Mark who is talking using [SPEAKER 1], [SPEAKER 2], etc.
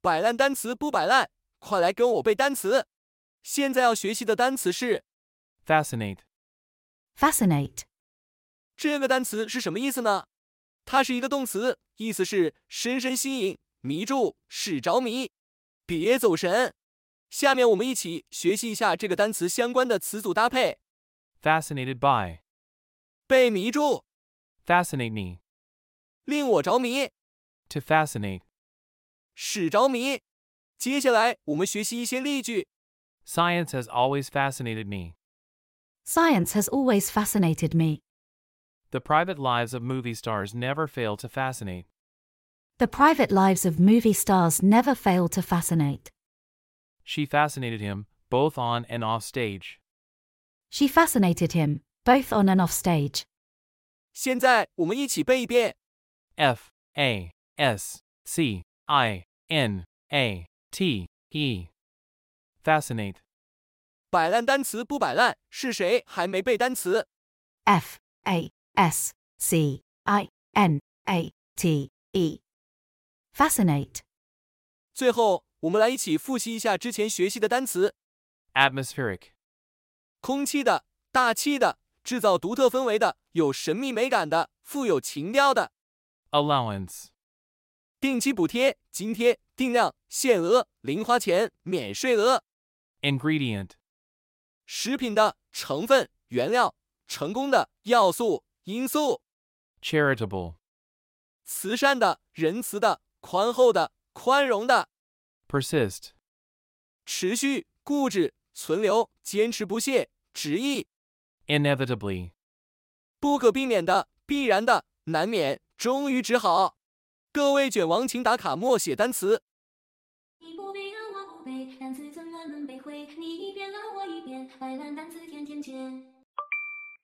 [SPEAKER 1] 摆烂单词不摆烂，快来跟我背单词。现在要学习的单词是
[SPEAKER 2] fascinate,
[SPEAKER 3] fascinate,
[SPEAKER 1] 这个单词是什么意思呢？它是一个动词，意思是深深吸引、迷住、使着迷。别走神。下面我们一起学习一下这个单词相关的词组搭配：
[SPEAKER 2] fascinated by,
[SPEAKER 1] 被迷住，
[SPEAKER 2] fascinate me,
[SPEAKER 1] 令我着迷，
[SPEAKER 2] to fascinate.
[SPEAKER 1] 使着迷。接下来我们学习一些例句。
[SPEAKER 2] Science has always fascinated me.
[SPEAKER 3] science has always fascinated me.
[SPEAKER 2] The private lives of movie stars never fail to fascinate.
[SPEAKER 3] The private lives of movie stars never fail to fascinate.
[SPEAKER 2] She fascinated him, both on and off stage.
[SPEAKER 3] She fascinated him, both on and off stage.
[SPEAKER 1] 现在我们一起背一遍。
[SPEAKER 2] F A S C I N A T E. Fascinate.
[SPEAKER 1] 摆烂单词不摆烂，是谁还没背单词？
[SPEAKER 3] F A S C I N A T E. Fascinate,
[SPEAKER 1] 最后，我们来一起复习一下之前学习的单词：
[SPEAKER 2] Atmospheric.
[SPEAKER 1] 空气的、大气的、制造独特氛围的、有神秘美感的、富有情调的、
[SPEAKER 2] Allowance.
[SPEAKER 1] 定期补贴、津贴、定量、限额、零花钱、免税额、
[SPEAKER 2] Ingredient.
[SPEAKER 1] 食品的成分、原料、成功的要素、因素、
[SPEAKER 2] Charitable.
[SPEAKER 1] 慈善的、仁慈的、宽厚的、宽容的、
[SPEAKER 2] Persist.
[SPEAKER 1] 持续、固执、存留、坚持不懈、执意。
[SPEAKER 2] Inevitably.
[SPEAKER 1] 不可避免的、必然的、难免、终于只好。各位卷王，请打卡默写单词。
[SPEAKER 4] 你不背啊，我不背，单词怎么能背会？你一遍啊，我一遍，白烂单词天天见。